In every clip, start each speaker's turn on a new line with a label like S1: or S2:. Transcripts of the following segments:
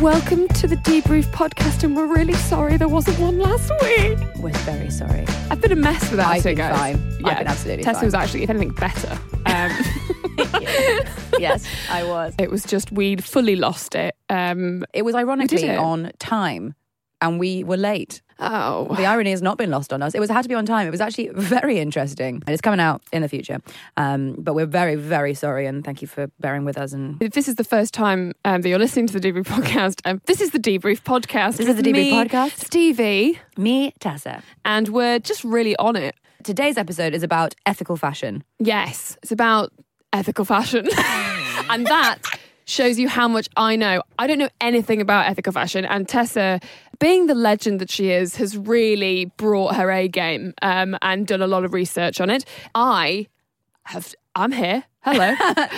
S1: Welcome to the Debrief Podcast, and we're really sorry there wasn't one last week.
S2: We're very sorry.
S1: I've been a mess without
S2: I've
S1: it,
S2: been
S1: guys.
S2: fine. I've been absolutely
S1: Tessa
S2: fine.
S1: was actually, if anything, better. Um,
S2: yes, I was.
S1: it was just we fully lost it. Um,
S2: It was ironically
S1: it.
S2: on time and we were late.
S1: oh,
S2: The irony has not been lost on us. It was had to be on time. It was actually very interesting. And it's coming out in the future. Um, but we're very, very sorry and thank you for bearing with us and
S1: if this is the first time um, that you're listening to the Debrief Podcast, um, this is the Debrief Podcast.
S2: This is
S1: with
S2: the Debrief
S1: me,
S2: Podcast.
S1: Stevie,
S2: me, Tessa.
S1: and we're just really on it.
S2: Today's episode is about ethical fashion.
S1: Yes, it's about ethical fashion. and that shows you how much I know. I don't know anything about ethical fashion. And Tessa, being the legend that she is, has really brought her A game um, and done a lot of research on it. I have, I'm here. Hello.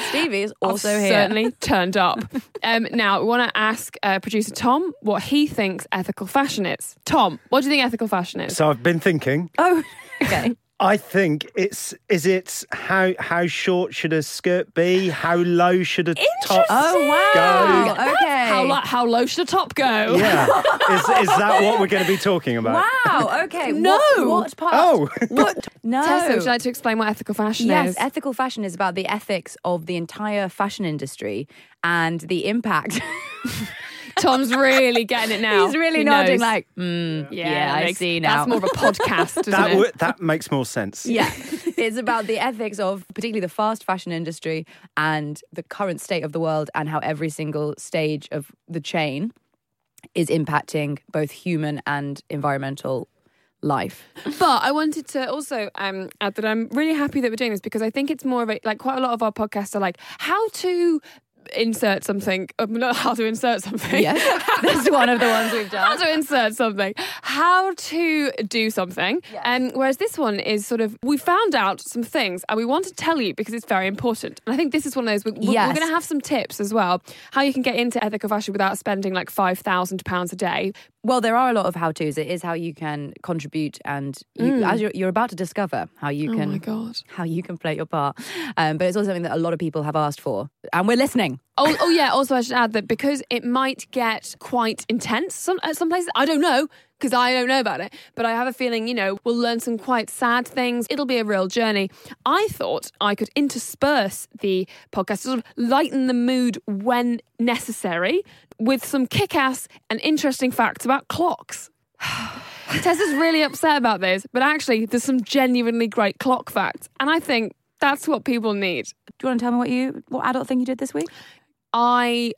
S2: Stevie is also
S1: I've
S2: here.
S1: Certainly turned up. um, now, we want to ask uh, producer Tom what he thinks ethical fashion is. Tom, what do you think ethical fashion is?
S3: So I've been thinking.
S2: Oh, okay.
S3: I think it's is it how how short should a skirt be? How low should a top?
S2: Oh, wow. Okay.
S1: How, lo- how low should a top go?
S3: Yeah, is, is that what we're going to be talking about?
S2: Wow. Okay.
S1: No.
S2: What, what part?
S3: Oh.
S2: What? No.
S1: Tessa, would you like to explain what ethical fashion
S2: Yes,
S1: is?
S2: ethical fashion is about the ethics of the entire fashion industry and the impact.
S1: Tom's really getting it now.
S2: He's really
S1: He
S2: nodding,
S1: knows.
S2: like, mm, yeah,
S1: that
S2: I
S1: makes-
S2: see now.
S1: That's more of a podcast, isn't
S3: That
S1: it?
S3: w- that makes more sense.
S2: yeah, it's about the ethics of particularly the fast fashion industry and the current state of the world and how every single stage of the chain is impacting both human and environmental life.
S1: but I wanted to also um, add that I'm really happy that we're doing this because I think it's more of a, like quite a lot of our podcasts are like how to insert something, um, not how to insert something.
S2: Yes, that's one of the ones we've
S1: How
S2: done.
S1: to insert something, how to do something. Um, whereas this one is sort of, we found out some things and we want to tell you because it's very important. And I think this is one of those, we, we- we're
S2: Yes.
S1: going to have some tips as well, how you can get into ethical fashion without spending like £5,000 a day.
S2: Well, there are a lot of how tos. It is how you can contribute, and you, as you're, you're about to discover how you
S1: Oh
S2: can
S1: my God.
S2: how you can play your part. Um, but it's also something that a lot of people have asked for, and we're listening.
S1: Oh, oh yeah. Also, I should add that because it might get quite intense some, at some places. I don't know because I don't know about it, but I have a feeling you know we'll learn some quite sad things. It'll be a real journey. I thought I could intersperse the podcast, sort of lighten the mood when necessary, with some kick-ass and interesting facts about clocks. Tessa's really upset about this, but actually, there's some genuinely great clock facts, and I think that's what people need.
S2: Do you want to tell me what you what adult thing you did this week?
S1: I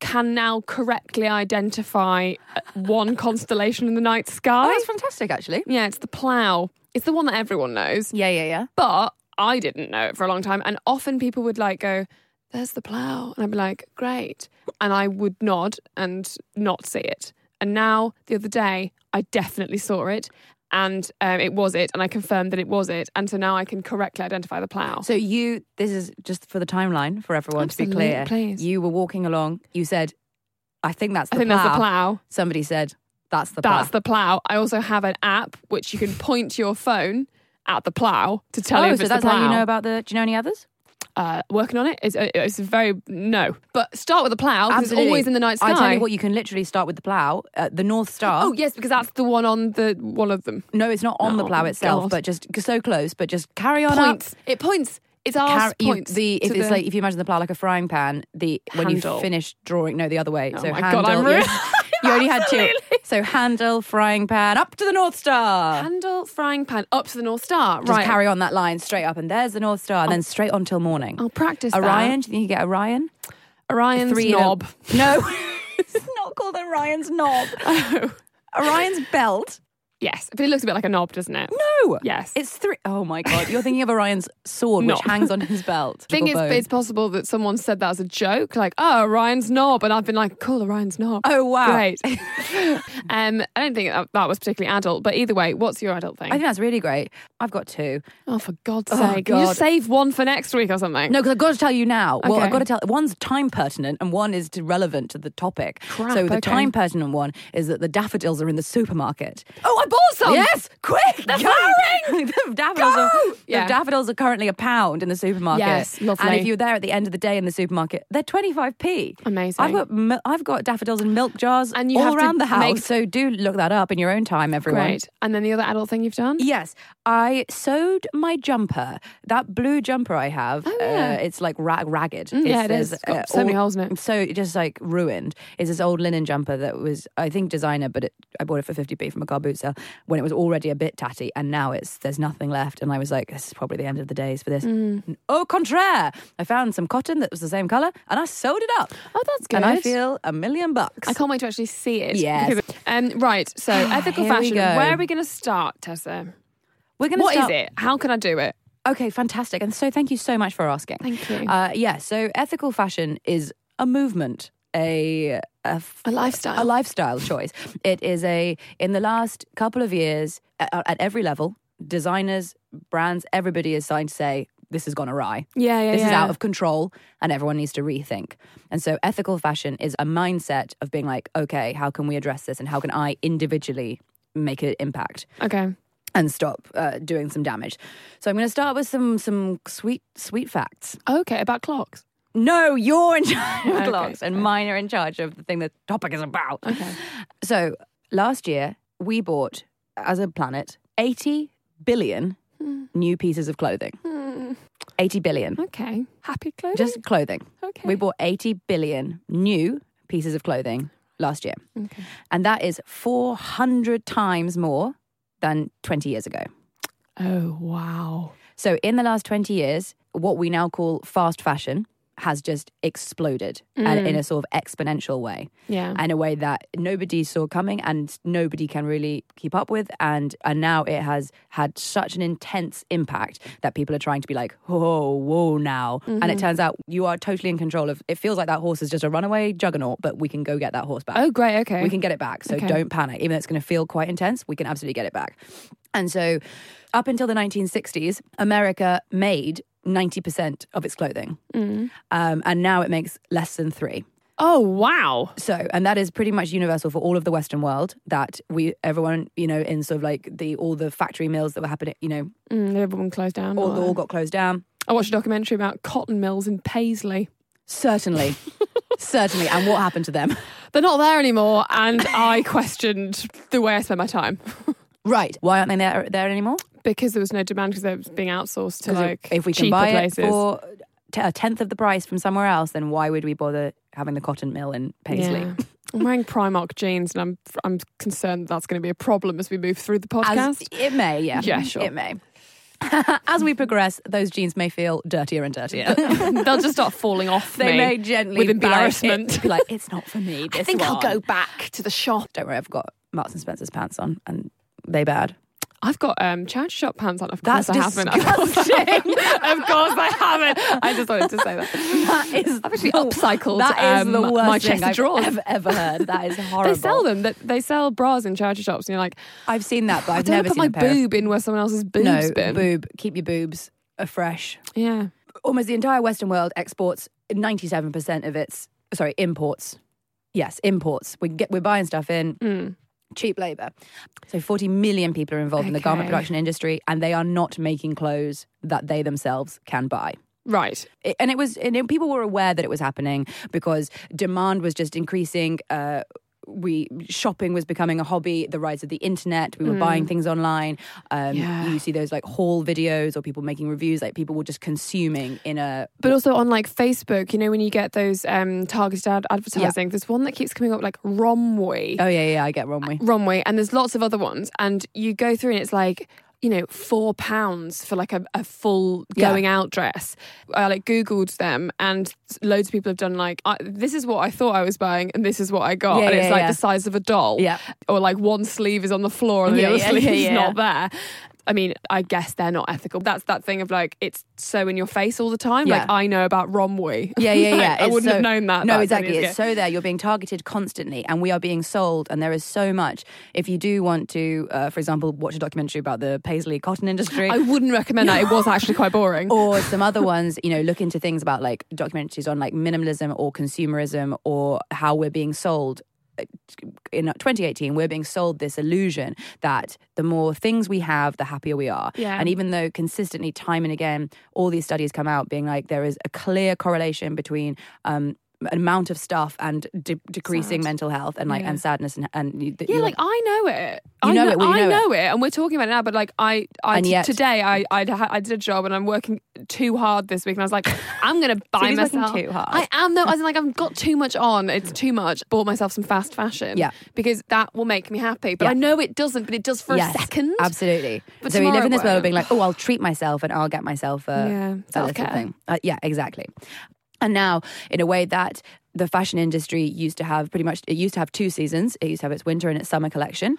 S1: can now correctly identify uh, one constellation in the night sky.
S2: Oh, that's fantastic, actually.
S1: yeah, it's the plough. It's the one that everyone knows,
S2: Yeah, yeah, yeah.
S1: but I didn't know it for a long time. And often people would like go, "There's the plough," and I'd be like, "Great," and I would nod and not see it. And now the other day, I definitely saw it. And um, it was it, and I confirmed that it was it, and so now I can correctly identify the plough.
S2: So you, this is just for the timeline for everyone to be
S1: Absolutely,
S2: clear.
S1: please.
S2: You were walking along. You said, "I think that's the
S1: I think
S2: plow.
S1: that's the plough.
S2: Somebody said, "That's the
S1: That's
S2: plow."
S1: the plow. I also have an app which you can point your phone at the plow to tell you
S2: Oh,
S1: if
S2: so
S1: it's
S2: that's
S1: the plow.
S2: how you know about the. Do you know any others?
S1: uh, working on it. It's, uh, it's very no, but start with the plow because it's
S2: Absolutely.
S1: always in the night sky.
S2: I tell you what, you can literally start with the plow, uh, the North Star.
S1: oh yes, because that's the one on the one of them.
S2: No, it's not on the
S1: Oh,
S2: plow
S1: my
S2: itself,
S1: God.
S2: but just so close. But just carry on up.
S1: Points. It points. It's our
S2: Car- you-
S1: points.
S2: the if
S1: to
S2: it's
S1: the-
S2: like if you imagine the plow like a frying pan, the when
S1: Handle.
S2: you finish drawing, no, the other way.
S1: Oh
S2: so
S1: my
S2: handle.
S1: God, I'm
S2: you-
S1: really-
S2: you only had two. So handle, frying pan, up to the North Star.
S1: handle frying pan up to the North Star.
S2: Just
S1: right. Oh.
S2: carry on that line straight up, and there's the North Star, and then straight on till morning.
S1: I'll practice that.
S2: Orion, do you think you get Orion?
S1: Orion's
S2: Three in a-
S1: knob.
S2: No, it's not called Orion's knob.
S1: Oh.
S2: Orion's belt.
S1: Yes, but it looks a bit like a knob, doesn't it?
S2: No.
S1: Yes.
S2: It's three oh my god! You're thinking of Orion's sword,
S1: No.
S2: which hangs on his belt.
S1: I think
S2: Or
S1: it's,
S2: bone.
S1: it's possible that someone said that as a joke, like, oh, Orion's knob. And I've been like, cool, Orion's knob.
S2: Oh, wow.
S1: Great. um, I don't think that, that was particularly adult, but either way, what's your adult thing?
S2: I think that's really great. I've got two.
S1: oh, for God's
S2: Oh,
S1: sake. Can you
S2: God.
S1: save one for next week or something?
S2: No, because I've got to tell you now. Well,
S1: Okay.
S2: I've got to tell. One's time pertinent and one is relevant to the topic.
S1: Crap,
S2: so the
S1: okay.
S2: time pertinent one is that the daffodils are in the supermarket. Oh,
S1: I bought some.
S2: Yes, quick! They're flowering! the, daffodils Are, the
S1: Yeah.
S2: daffodils are currently a pound in the supermarket.
S1: Yes, lovely.
S2: And if you're there at the end of the day in the supermarket, they're 25p.
S1: Amazing.
S2: I've got, mil- I've got daffodils in milk jars
S1: And you
S2: all
S1: have to
S2: around the house,
S1: make-
S2: so do look that up in your own time, everyone.
S1: Great. And then the other adult thing you've done?
S2: Yes, I sewed my jumper. That blue jumper I have,
S1: Oh, yeah. Mm,
S2: uh, it's like rag- ragged.
S1: yeah, it
S2: there's,
S1: is. It's got so many holes in it.
S2: So it just like ruined. It's this old linen jumper that was, I think, designer, but it, I bought it for 50p from a car boot sale when it was already a bit tatty, and now it's there's nothing left. And I was like, this is probably the end of the days for this.
S1: Mm.
S2: And Au contraire, I found some cotton that was the same color, and I sewed it up.
S1: Oh, that's good.
S2: And I feel a million bucks.
S1: I can't wait to actually see it.
S2: Yes. Ah,
S1: Because- Um, right. So ethical
S2: Here we
S1: fashion.
S2: go.
S1: Where are we going to start, Tessa?
S2: We're gonna
S1: What is
S2: start-
S1: it? How can I do it?
S2: Okay, fantastic. And so thank you so much for asking.
S1: Thank you.
S2: Uh, yeah, so ethical fashion is a movement, a, a f-
S1: A lifestyle.
S2: a lifestyle choice. It is a in the last couple of years at, at every level, designers, brands, everybody is starting to say this has gone awry.
S1: yeah, yeah.
S2: This is
S1: yeah.
S2: out of control and everyone needs to rethink. And so, ethical fashion is a mindset of being like, okay, how can we address this and how can I individually make an impact?
S1: Okay.
S2: and stop uh, doing some damage. So I'm going to start with some some sweet sweet facts.
S1: Okay. About clocks.
S2: No, you're in charge of
S1: Okay,
S2: clocks, and
S1: sorry.
S2: mine are in charge of the thing the topic is about. Okay. So last year we bought, as a planet, 80 billion new pieces of clothing. 80 billion,
S1: Hmm. Okay. Happy clothes.
S2: just clothing.
S1: okay.
S2: We bought 80 billion new pieces of clothing last year,
S1: Okay.
S2: and that is 400 times more than 20 years ago.
S1: Oh wow.
S2: So, in the last 20 years, what we now call fast fashion has just exploded and in a sort of exponential way,
S1: Yeah.
S2: and a way that nobody saw coming and nobody can really keep up with. And, and now it has had such an intense impact that people are trying to be like, oh, whoa, now. And it turns out you are totally in control of it. Feels like that horse is just a runaway juggernaut, but we can go get that horse back.
S1: oh great. Okay.
S2: We can get it back. So
S1: Okay.
S2: don't panic. Even though it's going to feel quite intense, we can absolutely get it back. And so, up until the 1960s, America made 90% of its clothing. Um, and now it makes less than three.
S1: oh wow.
S2: So, and that is pretty much universal for all of the Western world that we, everyone, you know, in sort of like the, all the factory mills that were happening, you know,
S1: Mm, everyone closed down.
S2: all,
S1: or-
S2: all got closed down.
S1: I watched a documentary about cotton mills in Paisley.
S2: Certainly. Certainly. And what happened to them?
S1: They're not there anymore, and I questioned the way I spent my time
S2: Right. Why aren't they there, there anymore?
S1: because there was no demand because they was being outsourced to
S2: 'Cause if-
S1: like
S2: if we
S1: cheaper
S2: can buy
S1: places.
S2: it for t- a tenth of the price from somewhere else, then why would we bother having the cotton mill in Paisley?
S1: Yeah. I'm wearing Primark jeans, and I'm I'm concerned that's going to be a problem as we move through the podcast.
S2: As it may, yeah,
S1: Yeah, sure.
S2: it may. As we progress, those jeans may feel dirtier and dirtier.
S1: They'll just start falling off.
S2: they
S1: me
S2: may gently
S1: with
S2: bow it,
S1: embarrassment.
S2: be like it's not for me. This one."
S1: back to the shop.
S2: Don't worry, I've got Marks and Spencer's pants on, and they bad.
S1: I've got um charity shop pants on. Of course
S2: That's
S1: I haven't. Of course I haven't. Of course I haven't. I just wanted to say that.
S2: That is I've
S1: actually upcycled,
S2: That is
S1: um,
S2: the
S1: my
S2: worst
S1: chest
S2: thing I've
S1: drawers.
S2: ever, ever heard. That is horrible.
S1: They sell them. That they sell bras in charity shops, and you're like,
S2: I've seen that, but
S1: I
S2: I've
S1: don't wanna
S2: never
S1: put
S2: seen
S1: my
S2: a pair of
S1: boob in where someone else's boob's
S2: no,
S1: been.
S2: boob. Keep your boobs fresh.
S1: Yeah.
S2: Almost the entire Western world exports 97% of its, sorry, imports. Yes, imports. We get, we're buying stuff in.
S1: Mm.
S2: Cheap labor. So 40 million people are involved in the garment
S1: Okay.
S2: production industry and they are not making clothes that they themselves can buy.
S1: Right.
S2: It- and it was, and it- people were aware that it was happening because demand was just increasing. Uh, we shopping was becoming a hobby. The rise of the internet, we were buying things online.
S1: Mm.
S2: Um,
S1: Yeah.
S2: You see those like haul videos or people making reviews. Like people were just consuming in a
S1: But also on like Facebook, you know, when you get those um, targeted ad- advertising, there's one that keeps coming up like Romwe.
S2: Oh yeah, yeah, I get runway.
S1: Romwe, and there's lots of other ones. And you go through and it's like, you know, four pounds for like a, a full
S2: Yeah.
S1: going out dress. I like Googled them, and loads of people have done like, I, this is what I thought I was buying, and this is what I got.
S2: Yeah,
S1: and it's
S2: yeah,
S1: like
S2: yeah.
S1: the size of a doll.
S2: Yeah.
S1: Or like one sleeve is on the floor and the
S2: Yeah,
S1: other
S2: yeah,
S1: sleeve
S2: yeah,
S1: is
S2: yeah.
S1: not there. I mean, I guess they're not ethical. That's that thing of like, it's so in your face all the time.
S2: Yeah.
S1: Like, I know about Romwe.
S2: Yeah, yeah,
S1: Like,
S2: yeah.
S1: I
S2: It's
S1: wouldn't
S2: so-
S1: have known that.
S2: No,
S1: about 10
S2: exactly.
S1: years
S2: It's
S1: ago.
S2: so there. You're being targeted constantly, and we are being sold. And there is so much. If you do want to, uh, for example, watch a documentary about the paisley cotton industry,
S1: I wouldn't recommend that. It was actually quite boring.
S2: or some other ones, you know, look into things about like documentaries on like minimalism or consumerism or how we're being sold in 2018 we're being sold this illusion that the more things we have the happier we are
S1: Yeah.
S2: and even though consistently time and again all these studies come out being like there is a clear correlation between um an amount of stuff and de- decreasing
S1: Sad.
S2: mental health and like
S1: Yeah.
S2: and sadness and, and you- that
S1: Yeah,
S2: you're
S1: like I know it.
S2: You
S1: I
S2: know it, well, you
S1: I
S2: know it.
S1: know it. and we're talking about it now. But like I, I
S2: And
S1: t-
S2: yet-
S1: today I, I, I did a job, and I'm working too hard this week, and I was like, I'm gonna buy
S2: he's working
S1: myself.
S2: too hard.
S1: I am though. As in, like I've got too much on. It's too much. Bought myself some fast fashion.
S2: Yeah.
S1: because that will make me happy. But
S2: Yeah.
S1: I know it doesn't. But it does for
S2: Yes,
S1: a second.
S2: Absolutely.
S1: But
S2: so we live
S1: tomorrow
S2: in this
S1: it
S2: world
S1: won't.
S2: being like, oh, I'll treat myself and I'll get myself a,
S1: Yeah,
S2: a little
S1: self-care.
S2: thing. Uh, yeah, exactly. And now, in a way that the fashion industry used to have pretty much, it used to have two seasons. It used to have its winter and its summer collection.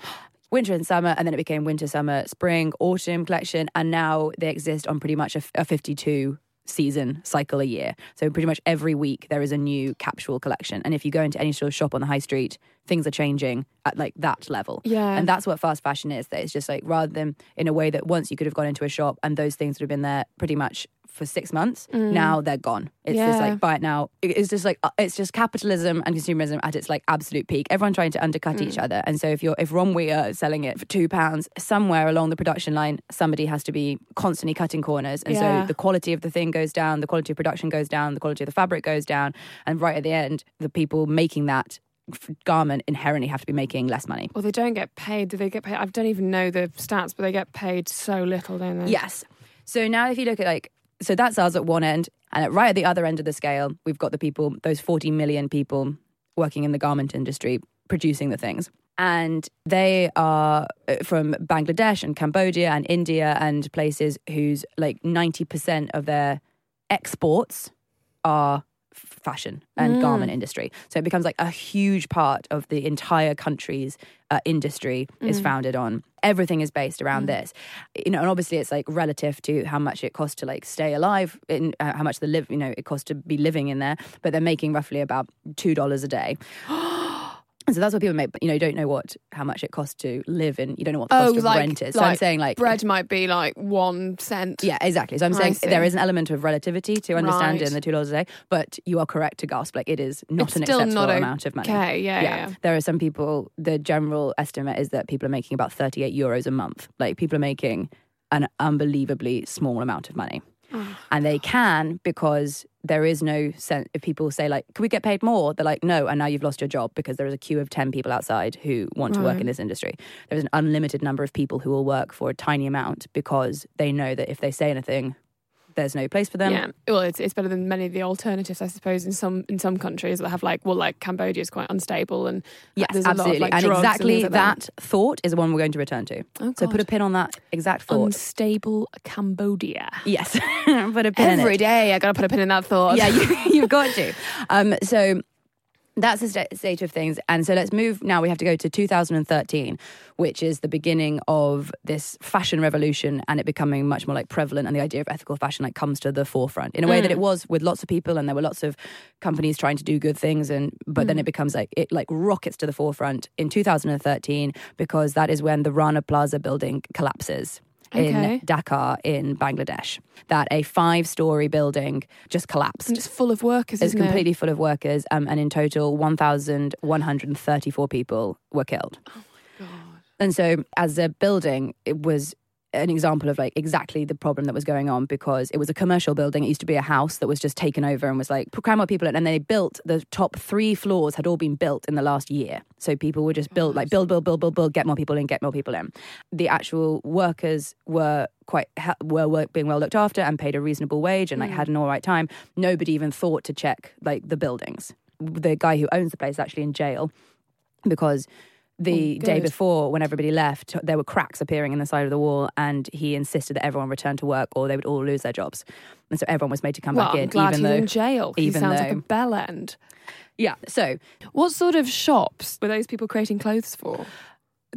S2: Winter and summer, and then it became winter, summer, spring, autumn collection. And now they exist on pretty much a, f- a 52 season cycle a year. So pretty much every week there is a new capsule collection. And if you go into any sort of shop on the high street, things are changing at like that level.
S1: Yeah.
S2: And that's what fast fashion is. That it's just like rather than in a way that once you could have gone into a shop and those things would have been there pretty much for six months, now they're gone. It's just
S1: Yeah.
S2: like buy it now. It- It's just like uh, it's just capitalism and consumerism at its like absolute peak. Everyone trying to undercut
S1: Mm.
S2: each other. And so if you're if Ron Weir is selling it for two pounds, somewhere along the production line, somebody has to be constantly cutting corners. And
S1: Yeah.
S2: so the quality of the thing goes down, the quality of production goes down, the quality of the fabric goes down, and right at the end, the people making that f- garment inherently have to be making less money.
S1: Well, they don't get paid. Do they get paid? I don't even know the stats, but they get paid so little, don't they?
S2: Yes. So now if you look at like so that's ours at one end and at right at the other end of the scale, we've got the people, those 40 million people working in the garment industry producing the things. And they are uh, from Bangladesh and Cambodia and India and places whose like 90% of their exports are f- fashion and
S1: Mm.
S2: garment industry. So it becomes like a huge part of the entire country's uh, industry
S1: Mm.
S2: is founded on. Everything is based around this, you know. And obviously, it's like relative to how much it costs to like stay alive, in uh, how much the live, you know, it costs to be living in there. But they're making roughly about two dollars a day. And so that's what people make, but you know, you don't know what how much it costs to live in. You don't know what the
S1: Oh,
S2: cost of
S1: like,
S2: rent is. So I'm
S1: like
S2: saying, like,
S1: bread might be like one cent.
S2: yeah, exactly. So I'm
S1: I
S2: saying
S1: see.
S2: there is an element of relativity to understand
S1: Right.
S2: in the two dollars a day, but you are correct to gasp. Like it is not
S1: It's
S2: an
S1: still
S2: acceptable
S1: not
S2: amount of money.
S1: okay, yeah, yeah.
S2: There are some people. The general estimate is that people are making about 38 euros a month. Like people are making an unbelievably small amount of money, and they can because there is no sense. If people say like, "Can we get paid more?" They're like, "No," and now you've lost your job because there is a queue of 10 people outside who want to work in this industry. There is an unlimited number of people who will work for a tiny amount because they know that if they say anything. There's no place for them.
S1: yeah. Well, it's, it's better than many of the alternatives, I suppose, in some in some countries that have like well, like Cambodia is quite unstable and
S2: Yes,
S1: there's
S2: absolutely.
S1: A lot of, like,
S2: and
S1: drugs
S2: exactly
S1: things like
S2: that. thought is the one we're going to return to.
S1: Oh,
S2: so put a
S1: God. Um,
S2: pin on that exact thought.
S1: unstable Cambodia.
S2: yes. put a pin in
S1: Every
S2: it.
S1: day, I gotta put a pin in that thought.
S2: Yeah, you, you've got to. Um, so that's the sta- state of things. And so let's move now. We have to go to 2013, which is the beginning of this fashion revolution and it becoming much more like prevalent. And the idea of ethical fashion like comes to the forefront in a way that it was with lots of people and there were lots of companies trying to do good things. And but then it becomes like it like rockets to the forefront in 2013 because that is when the Rana Plaza building collapses in
S1: Okay.
S2: Dhaka in Bangladesh. That a five-story building just collapsed.
S1: and it's full of workers.
S2: It's
S1: isn't it?
S2: completely full of workers, um, and in total, 1,134 people were killed. And so, as a building, it was an example of like exactly the problem that was going on because it was a commercial building. It used to be a house that was just taken over and was like cram more people in. And they built the top three floors had all been built in the last year. So people were just built like build, build, build, build, build, get more people in, get more people in. The actual workers were quite ha- were work, being well looked after and paid a reasonable wage and like had an all right time. Nobody even thought to check like the buildings. The guy who owns the place is actually in jail because the
S1: Oh,
S2: day
S1: good.
S2: before, when everybody left, there were cracks appearing in the side of the wall, and he insisted that everyone return to work or they would all lose their jobs. And so everyone was made to come
S1: Well,
S2: back
S1: I'm
S2: in,
S1: glad
S2: even
S1: he's
S2: though.
S1: in jail. 'cause
S2: even
S1: he sounds like a
S2: though-
S1: bell end.
S2: yeah. So
S1: What sort of shops were those people creating clothes for?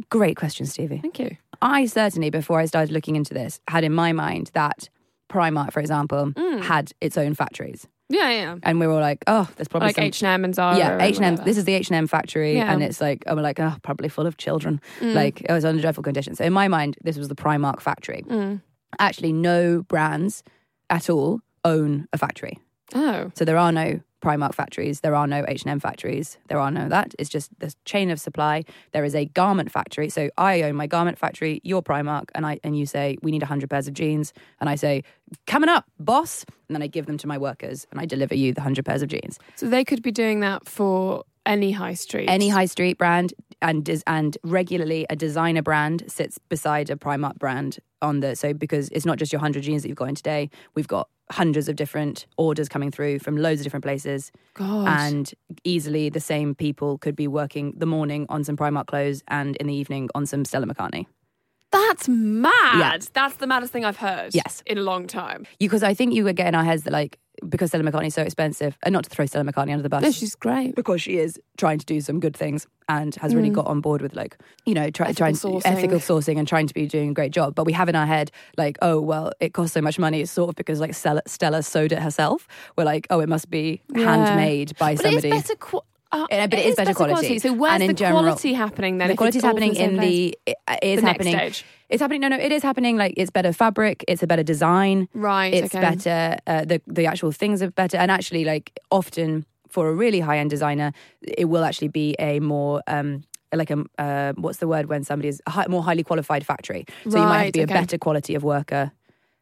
S2: great question, Stevie.
S1: Thank you.
S2: I certainly, before I started looking into this, had in my mind that Primark, for example,
S1: Mm.
S2: had its own factories,
S1: Yeah, yeah.
S2: and we were all like, "Oh, there's probably
S1: Like
S2: some
S1: H and M and Zara.
S2: Yeah,
S1: and
S2: H and M.
S1: whatever.
S2: This is the H and M factory,
S1: Yeah. Mm.
S2: and it's like I'm like, oh, probably full of children. Like it was under dreadful conditions. So in my mind, this was the Primark factory.
S1: Mm.
S2: Actually, no brands at all own a factory,
S1: Oh,
S2: so there are no Primark factories. There are no H&M factories. There are no that. It's just the chain of supply. There is a garment factory. So I own my garment factory, your Primark, and I and you say we need 100 pairs of jeans, and I say coming up, boss, and then I give them to my workers and I deliver you the 100 pairs of jeans.
S1: So they could be doing that for any high street.
S2: Any high street brand and des- and regularly a designer brand sits beside a Primark brand on the so because it's not just your 100 jeans that you've got in today. We've got hundreds of different orders coming through from loads of different places
S1: God.
S2: and easily the same people could be working the morning on some Primark clothes and in the evening on some Stella McCartney.
S1: That's mad.
S2: Yeah.
S1: That's the maddest thing I've heard.
S2: Yes.
S1: In a long time.
S2: Because I think you would get in our heads that like because Stella McCartney's so expensive and not to throw Stella McCartney under the bus.
S1: great.
S2: because she is trying to do some good things and has really got on board with like you know try, trying to
S1: Mm. Ethical sourcing.
S2: ethical sourcing and trying to be doing a great job but we have in our head like oh well it costs so much money it's sort of because like Stella, Stella sewed it herself we're like oh it must be
S1: Yeah.
S2: handmade by
S1: But
S2: somebody
S1: it is better qu- uh,
S2: Yeah, but it is better quality.
S1: So where's
S2: And in
S1: the
S2: general-
S1: quality happening then? if
S2: the
S1: it's
S2: quality's
S1: all from
S2: happening
S1: same
S2: in
S1: place?
S2: the it, it is
S1: The next
S2: happening
S1: stage.
S2: it's happening no no it is happening like it's better fabric it's a better design
S1: Right,
S2: it's
S1: okay.
S2: better uh, the the actual things are better and actually like often for a really high end designer it will actually be a more um like a uh, what's the word when somebody is a hi- more highly qualified factory so you might have to
S1: Right,
S2: be
S1: okay.
S2: a better quality of worker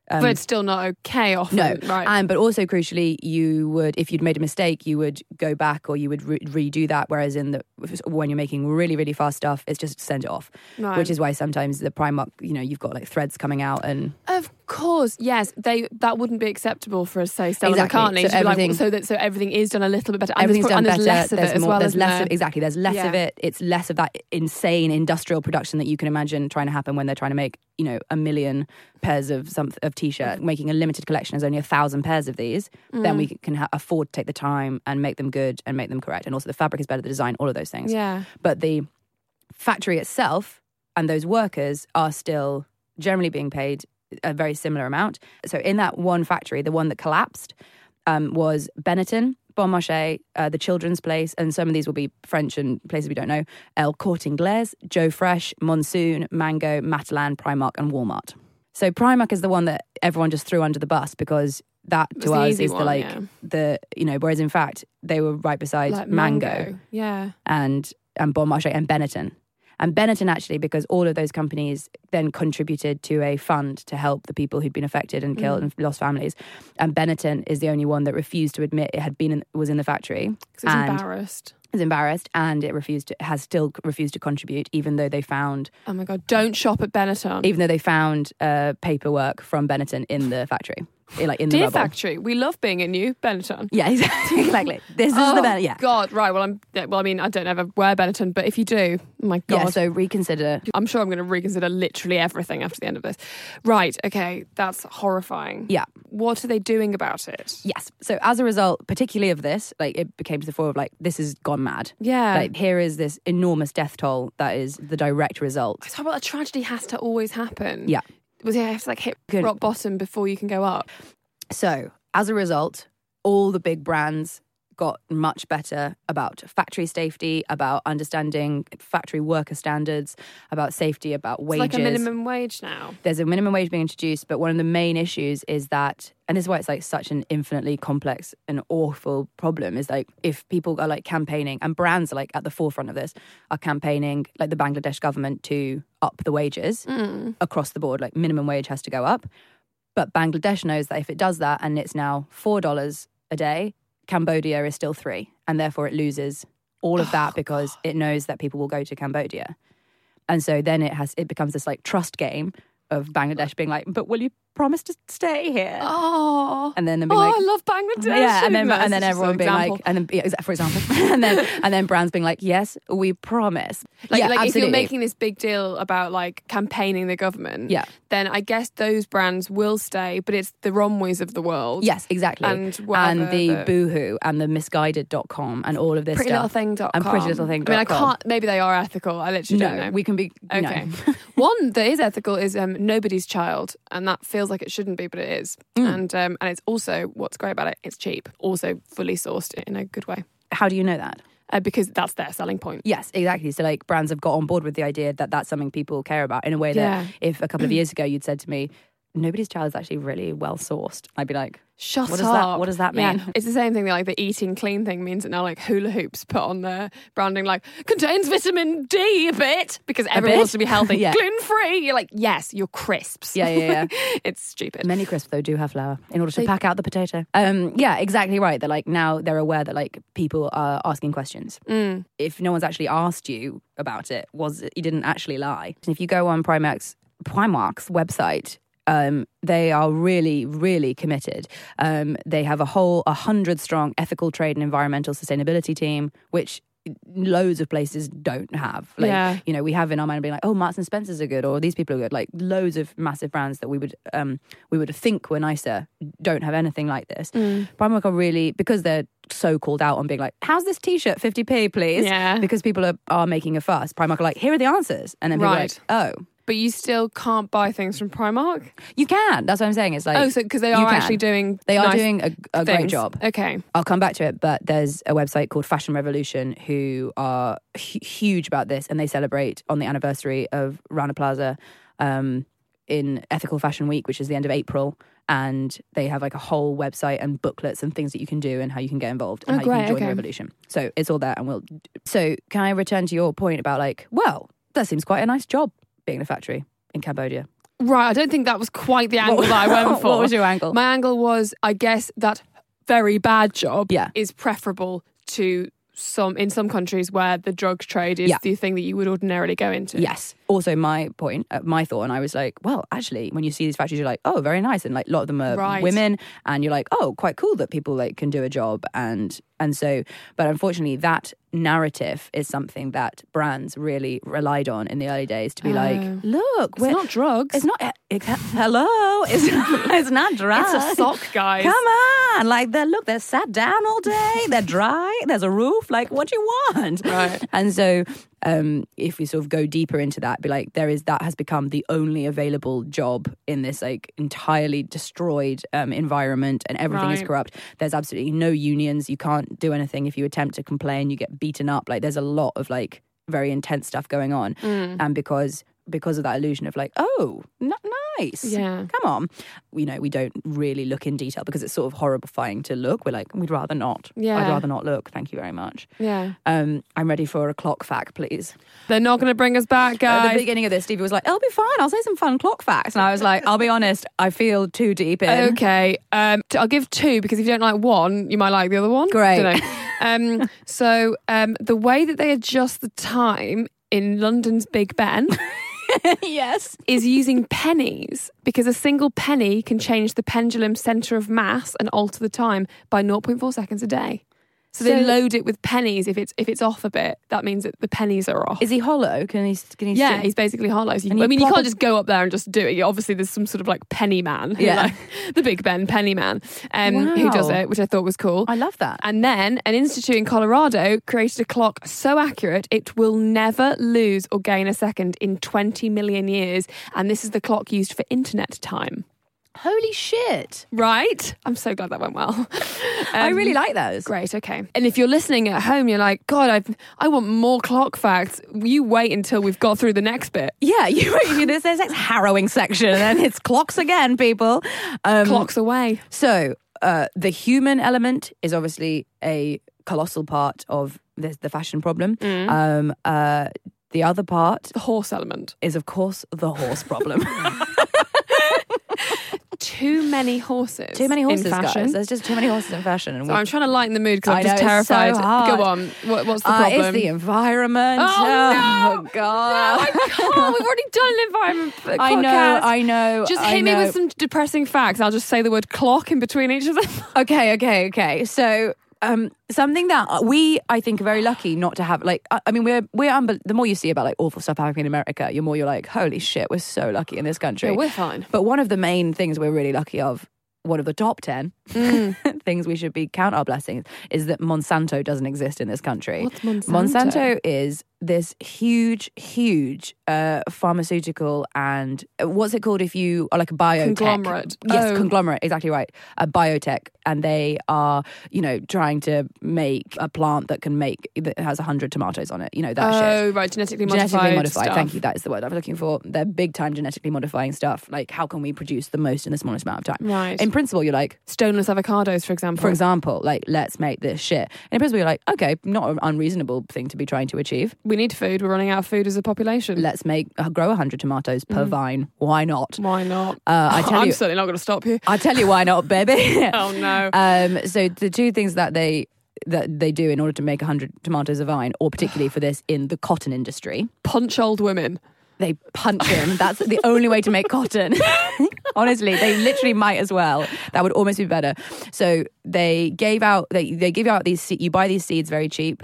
S1: but it's still not okay often.
S2: um, no,
S1: Right.
S2: And but also crucially, you would if you'd made a mistake, you would go back or you would re- redo that. Whereas in the when you're making really really fast stuff, it's just send it off,
S1: Right.
S2: which is why sometimes the Primark, you know, you've got like threads coming out and
S1: Of course, yes. They that wouldldn't be acceptable for us, say Stella
S2: Exactly.
S1: McCartney.
S2: So
S1: She'd be like,
S2: everything-
S1: so that so everything is done a little bit better. And
S2: everything's
S1: there's, pro-
S2: done
S1: and
S2: better.
S1: there's less of it as
S2: more.
S1: well.
S2: there's
S1: isn't
S2: less
S1: there?
S2: of exactly. There's less of
S1: Yeah.
S2: it. It's less of that insane industrial production that you can imagine trying to happen when they're trying to make you know a million pairs of some of t-shirt. Making a limited collection is only a thousand pairs of these. Then we
S1: Mm.
S2: can ha- afford to take the time and make them good and make them correct. And also the fabric is better, the design, all of those things.
S1: Yeah.
S2: But the factory itself and those workers are still generally being paid a very similar amount. So in that one factory, the one that collapsed um, was Benetton, Bon Marché, uh, the Children's Place, and some of these will be French and places we don't know. El Corte Inglés, Joe Fresh, Monsoon, Mango, Matalan, Primark, and Walmart. So Primark is the one that everyone just threw under the bus because that
S1: It's
S2: to
S1: the
S2: us
S1: easy
S2: is the
S1: one,
S2: like
S1: yeah.
S2: the you know. Whereas in fact they were right beside
S1: Like
S2: mango
S1: Yeah.
S2: and and Bon Marché and Benetton. And Benetton actually, because all of those companies then contributed to a fund to help the people who'd been affected and
S1: Mm.
S2: killed and lost families. And Benetton is the only one that refused to admit it had been in, was in the factory.
S1: 'Cause it's
S2: and
S1: embarrassed.
S2: is embarrassed, and it refused to, has still refused to contribute, even though they found
S1: Oh my god! Don't shop at Benetton.
S2: even though they found uh, paperwork from Benetton in the factory, like in the
S1: Dear
S2: rubble.
S1: factory, we love being in you, Benetton.
S2: Yeah, exactly. exactly. This is the
S1: Oh,
S2: Benetton. Yeah.
S1: God, right. Well, I'm. yeah, Well, I mean, I don't ever wear Benetton, but if you do, oh my God,
S2: Yeah, so reconsider.
S1: I'm sure I'm going to reconsider literally everything after the end of this. Right. Okay. That's horrifying.
S2: Yeah.
S1: What are they doing about it?
S2: Yes. So as a result, particularly of this, like it became to the fore of like this has gone mad.
S1: Yeah.
S2: Like here is this enormous death toll that is the direct result.
S1: it's horrible. A tragedy has to always happen.
S2: Yeah.
S1: Was it have to like hit
S2: Good.
S1: rock bottom before you can go up?
S2: So as a result, all the big brands got much better about factory safety, about understanding factory worker standards, about safety, about
S1: It's
S2: wages.
S1: like a minimum wage now.
S2: there's a minimum wage being introduced, but one of the main issues is that, and this is why it's like such an infinitely complex and awful problem is like if people are like campaigning and brands are like at the forefront of this, are campaigning like the Bangladesh government to up the wages
S1: Mm.
S2: across the board, like minimum wage has to go up. But Bangladesh knows that if it does that and it's now $4 a day, Cambodia is still three, and therefore it loses all of that because it knows that people will go to Cambodia. And so then it has it becomes this like trust game of Bangladesh being like, but will you promise to stay here?
S1: Oh.
S2: And then they'll be
S1: oh,
S2: like,
S1: I love Bangladesh.
S2: yeah, and then
S1: That's
S2: and then
S1: just an
S2: everyone being
S1: example.
S2: like, and then yeah, exa- for example, and then and then brands being like, yes, we promise.
S1: Like,
S2: yeah,
S1: like if you're
S2: absolutely.
S1: making this big deal about like campaigning the government,
S2: Yeah.
S1: then I guess those brands will stay, but it's the Romways of the world.
S2: yes, exactly,
S1: and whatever
S2: and the
S1: the-
S2: boohoo and the misguided.com and all of this
S1: Pretty
S2: stuff.
S1: little thing dot
S2: And pretty little thing
S1: I mean, I
S2: dot com.
S1: can't. Maybe they are ethical. I literally don't
S2: No,
S1: know.
S2: we can be
S1: okay.
S2: no.
S1: One that is ethical is um, nobody's child, and that feels like it shouldn't be, but it is.
S2: Mm.
S1: And um, and it's also what's great about it. It's cheap, also fully sourced in a good way,
S2: How do you know that?
S1: uh, because that's their selling point.
S2: Yes, exactly. So like brands have got on board with the idea that that's something people care about in a way that
S1: Yeah.
S2: if a couple of years ago you'd said to me nobody's child is actually really well sourced. I'd be like,
S1: Shut
S2: What
S1: up.
S2: does that- what does that
S1: Yeah.
S2: mean?
S1: It's the same thing that like the eating clean thing means that now like hula hoops put on their branding like contains vitamin D a bit because everyone
S2: bit?
S1: wants to be healthy.
S2: Yeah.
S1: Gluten free. You're like, yes, you're crisps.
S2: Yeah, yeah,
S1: it's stupid.
S2: Many crisps though do have flour in order to
S1: They-
S2: pack out the potato. Um, yeah, exactly right. They're like now they're aware that like people are asking questions.
S1: Mm.
S2: If no one's actually asked you about it, was it, you didn't actually lie? And if you go on Primark's Primark's website. Um, they are really, really committed. Um, they have a whole 100 strong ethical trade and environmental sustainability team, which loads of places don't have. Like,
S1: Yeah.
S2: you know, we have in our mind being like, oh, Marks and Spencers are good, or these people are good. Like loads of massive brands that we would um we would think were nicer don't have anything like this.
S1: Mm.
S2: Primark are really because they're so called out on being like, how's this T-shirt fifty p, please?
S1: Yeah.
S2: Because people are, are making a fuss. Primark are like, here are the answers, and then people
S1: Right.
S2: are like, oh,
S1: But you still can't buy things from Primark.
S2: you can. That's what I'm saying. It's like,
S1: Oh, so because they
S2: you
S1: are
S2: can.
S1: actually doing
S2: They are
S1: nice
S2: doing a, a great
S1: things.
S2: job.
S1: Okay.
S2: I'll come back to it, but there's a website called Fashion Revolution who are hu huge about this, and they celebrate on the anniversary of Rana Plaza um, in Ethical Fashion Week, which is the end of April. And they have like a whole website and booklets and things that you can do and how you can get involved and
S1: Oh,
S2: how you
S1: great,
S2: can join
S1: okay.
S2: the revolution. So it's all there, and we'll. So can I return to your point about like, well, that seems quite a nice job being in a factory in Cambodia.
S1: Right. I don't think that was quite the angle that I went for.
S2: what was your angle?
S1: My angle was, I guess, that very bad job
S2: Yeah.
S1: is preferable to some in some countries where the drug trade is
S2: Yeah.
S1: the thing that you would ordinarily go into.
S2: Yes. Also, my point, uh, my thought, and I was like, well, actually, when you see these factories, you're like, oh, very nice, and like a lot of them are
S1: Right.
S2: women, and you're like, oh, quite cool that people like can do a job, and and so, but unfortunately, that narrative is something that brands really relied on in the early days to be
S1: Oh.
S2: like, look,
S1: It's not drugs.
S2: it's not, it's, hello, it's it's not drugs,
S1: It's a sock, guys.
S2: Come on, like they're look, they're sat down all day, they're dry, there's a roof. Like, what do you want?
S1: Right.
S2: And so, um, if we sort of go deeper into that, be like, there is that has become the only available job in this like entirely destroyed um, environment, and everything is
S1: Right.
S2: corrupt. There's absolutely no unions. You can't do anything if you attempt to complain. You get beaten up. Like, there's a lot of like very intense stuff going on,
S1: Mm.
S2: and because because of that illusion of like, oh, n- nice,
S1: Yeah.
S2: come on. You know, we don't really look in detail because it's sort of horrifying to look. We're like, we'd rather not.
S1: Yeah.
S2: I'd rather not look. Thank you very much.
S1: Yeah.
S2: Um, I'm ready for a clock fact, please.
S1: They're not going to bring us back,
S2: At the
S1: guys.
S2: beginning of this, Stevie was like, I'll be fine. I'll say some fun clock facts. And I was like, I'll be honest, I feel too deep in.
S1: Okay, um, t- I'll give two because if you don't like one, you might like the other one.
S2: Great.
S1: Dunno. Um, so um, the way that they adjust the time in London's Big Ben
S2: yes.
S1: is using pennies because a single penny can change the pendulum center of mass and alter the time by 0.4 seconds a day. So, they
S2: So-
S1: load it with pennies. If it's if it's off a bit, that means that the pennies are off.
S2: Is he hollow? Can he? Can he?
S1: yeah,
S2: sit?
S1: he's basically hollow. So you-
S2: And you
S1: I mean, you
S2: pop
S1: can't
S2: a-
S1: just go up there and just do it. You- Obviously, there's some sort of like penny man, who,
S2: Yeah.
S1: like, the Big Ben penny man, um, who does
S2: Wow.
S1: it, which I thought was cool.
S2: I love that.
S1: And then an institute in Colorado created a clock so accurate it will never lose or gain a second in 20 million years. And this is the clock used for internet time.
S2: Holy shit!
S1: Right? I'm so glad that went well.
S2: I
S1: Um,
S2: really like those.
S1: Great, okay. And if you're listening at home, you're like, God, I've, I want more clock facts. You wait until we've got through the next bit.
S2: Yeah, you. you there's this next harrowing section, and then it's clocks again, people. Um,
S1: Clocks away.
S2: So uh, the human element is obviously a colossal part of the, the fashion problem.
S1: Mm.
S2: Um, uh, the other part
S1: The horse element.
S2: is, of course, the horse problem.
S1: Too many horses.
S2: too many horses,
S1: in fashion.
S2: guys. There's just too many horses in fashion. And
S1: So I'm trying to lighten the mood because
S2: I
S1: I'm just
S2: know, it's so
S1: terrified.
S2: hard.
S1: Go on. What, what's the
S2: uh,
S1: problem?
S2: it's the environment.
S1: Oh, no.
S2: God.
S1: No, I can't. We've already done an environment p-
S2: I know,
S1: podcast.
S2: I know.
S1: Just
S2: I
S1: hit me
S2: know.
S1: with some depressing facts. I'll just say the word clock in between each of them.
S2: Okay, okay, okay. So um, something that we, I think, are very lucky not to have. Like, I, I mean, we're we're unbel- the more you see about like awful stuff happening in America, you're more you're like, holy shit, we're so lucky in this country.
S1: fine.
S2: but one of the main things we're really lucky of, one of the top ten
S1: Mm.
S2: things we should be count our blessings, is that Monsanto doesn't exist in this country.
S1: What's Monsanto?
S2: Monsanto is this huge, huge uh, pharmaceutical and uh, what's it called if you are like a biotech
S1: Conglomerate.
S2: Yes,
S1: Oh.
S2: conglomerate. Exactly right. A biotech, and they are you know trying to make a plant that can make that has hundred tomatoes on it. You know that shit
S1: Oh, right, genetically modified.
S2: genetically modified.
S1: stuff.
S2: Thank you. That is the word I was looking for. They're big time genetically modifying stuff. Like, how can we produce the most in the smallest amount of time?
S1: Right.
S2: In principle, you're like,
S1: Stoneless avocados, for example.
S2: for example, like let's make this shit. And in principle, you're like, okay, not an unreasonable thing to be trying to achieve.
S1: we need food. We're running out of food as a population.
S2: Let's make uh, grow hundred tomatoes per vine. Why not?
S1: Why not?
S2: Uh, I tell
S1: Mm-hmm. I'm
S2: you,
S1: certainly not going to stop you.
S2: I tell you why not, baby.
S1: Oh no.
S2: Um, so the two things that they that they do in order to make hundred tomatoes a vine, or particularly for this in the cotton industry,
S1: Punch old women.
S2: they punch him. That's the only way to make cotton. Honestly, they literally might as well. That would almost be better. So they gave out they they give out these se- you buy these seeds very cheap.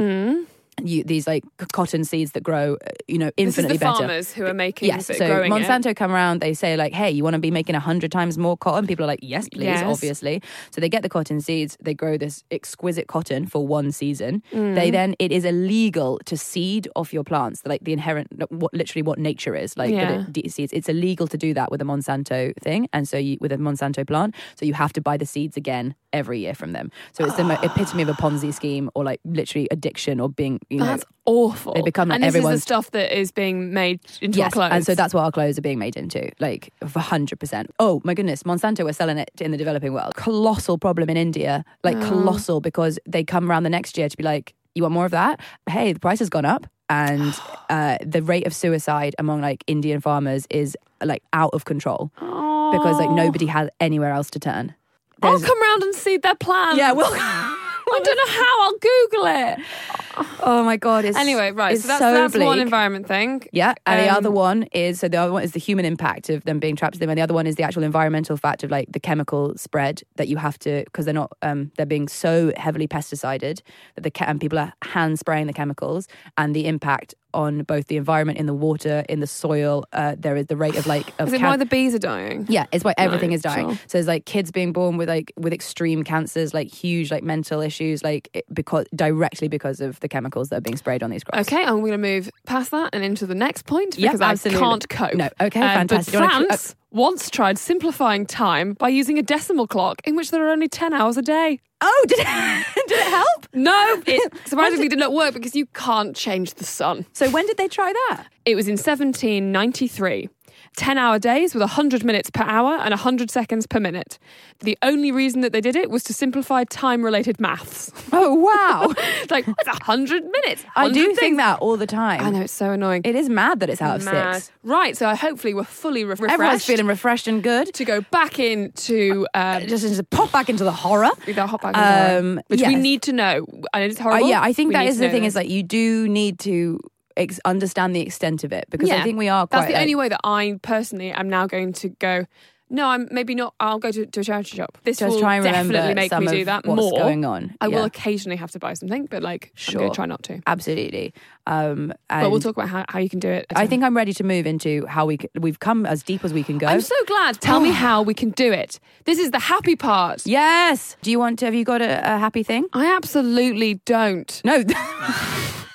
S2: You, these like c- cotton seeds that grow, uh, you know,
S1: Mm. This is
S2: infinitely
S1: the
S2: better.
S1: farmers who are making
S2: Yes, so
S1: it, growing it.
S2: Monsanto come around. They say like, "Hey, you want to be making a hundred times more cotton?" People are like, "Yes, please,
S1: Yes.
S2: obviously." So they get the cotton seeds. They grow this exquisite cotton for one season.
S1: Mm.
S2: They then it is illegal to seed off your plants, like the inherent what literally what nature is like.
S1: Yeah.
S2: That it de- seeds. It's illegal to do that with a Monsanto thing, and so you with a Monsanto plant, so you have to buy the seeds again every year from them. So it's the mo- epitome of a Ponzi scheme, or like literally addiction, or being you know
S1: That's awful.
S2: They become like
S1: and this is
S2: everyone's-
S1: the stuff that is being made into our
S2: Yes,
S1: clothes.
S2: and so that's what our clothes are being made into, like hundred percent. Oh my goodness, Monsanto were selling it in the developing world. Colossal problem in India, like colossal, because they come around the next year to be like, "You want more of that? Hey, the price has gone up." And uh, the rate of suicide among like Indian farmers is like out of control because like nobody has anywhere else to turn.
S1: I'll
S2: There's-
S1: come round and see their plan.
S2: yeah, well,
S1: I don't know how. I'll Google it.
S2: oh my god. It's,
S1: Anyway, right.
S2: It's
S1: So that's,
S2: so
S1: that's one
S2: bleak.
S1: environment thing.
S2: Yeah, and the
S1: Um,
S2: other one is so the other one is the human impact of them being trapped to them, and the other one is the actual environmental fact of like the chemical spread that you have to because they're not um, they're being so heavily pesticided that the ca- and people are hand spraying the chemicals and the impact on both the environment in the water in the soil. Uh, there is the rate of like of
S1: Is it
S2: can-
S1: why the bees are dying?
S2: yeah, it's why everything
S1: Right,
S2: is dying.
S1: sure.
S2: So there's like kids being born with like with extreme cancers, like huge like mental issues, like it, because directly because of the chemicals that are being sprayed on these crops.
S1: Okay, I'm going to move past that and into the next point
S2: Yep,
S1: because
S2: absolutely.
S1: I can't cope. Um,
S2: No, okay, fantastic. Do you
S1: But
S2: wanna keep-
S1: France once tried simplifying time by using a decimal clock in which there are only 10 hours a day.
S2: Oh, did it, did it help?
S1: No, it surprisingly did not work because you can't change the sun.
S2: So when did they try that?
S1: It was in 1793. 10 hour days with 100 minutes per hour and 100 seconds per minute. The only reason that they did it was to simplify time related maths.
S2: Oh wow!
S1: like, what's 100 minutes?
S2: I do
S1: 100
S2: think
S1: things?
S2: that all the time.
S1: I know, it's so annoying.
S2: It is mad that it's out of
S1: Mad.
S2: six.
S1: Right, so I hopefully we're fully re- refreshed.
S2: Everyone's feeling refreshed and good.
S1: to go back into um,
S2: Just, just pop back into the horror.
S1: the hot bag,
S2: Um,
S1: which we
S2: yes.
S1: need to know. And it's
S2: Uh,
S1: horrible.
S2: yeah, I think
S1: We
S2: that
S1: need
S2: is
S1: to
S2: the
S1: know
S2: thing
S1: this.
S2: is like you do need to ex- understand the extent of it because I
S1: Yeah.
S2: think we are quite.
S1: That's the
S2: like-
S1: only way that I personally am now going to go. No, I'm maybe not. I'll go to, to a charity shop. This
S2: Just
S1: will
S2: try and remember
S1: definitely make
S2: some
S1: me
S2: of
S1: do that
S2: what's
S1: more.
S2: going on.
S1: I will
S2: Yeah.
S1: occasionally have to buy something, but like, I'm
S2: Sure.
S1: going to try not to.
S2: Absolutely. Um,
S1: But we'll
S2: and
S1: talk about how, how you can do it.
S2: I think I'm ready to move into how we c- we've come as deep as we can go.
S1: I'm so glad. Tell me how we can do it. This is the happy part.
S2: yes. Do you want to? Have you got a, a happy thing?
S1: I absolutely don't.
S2: No.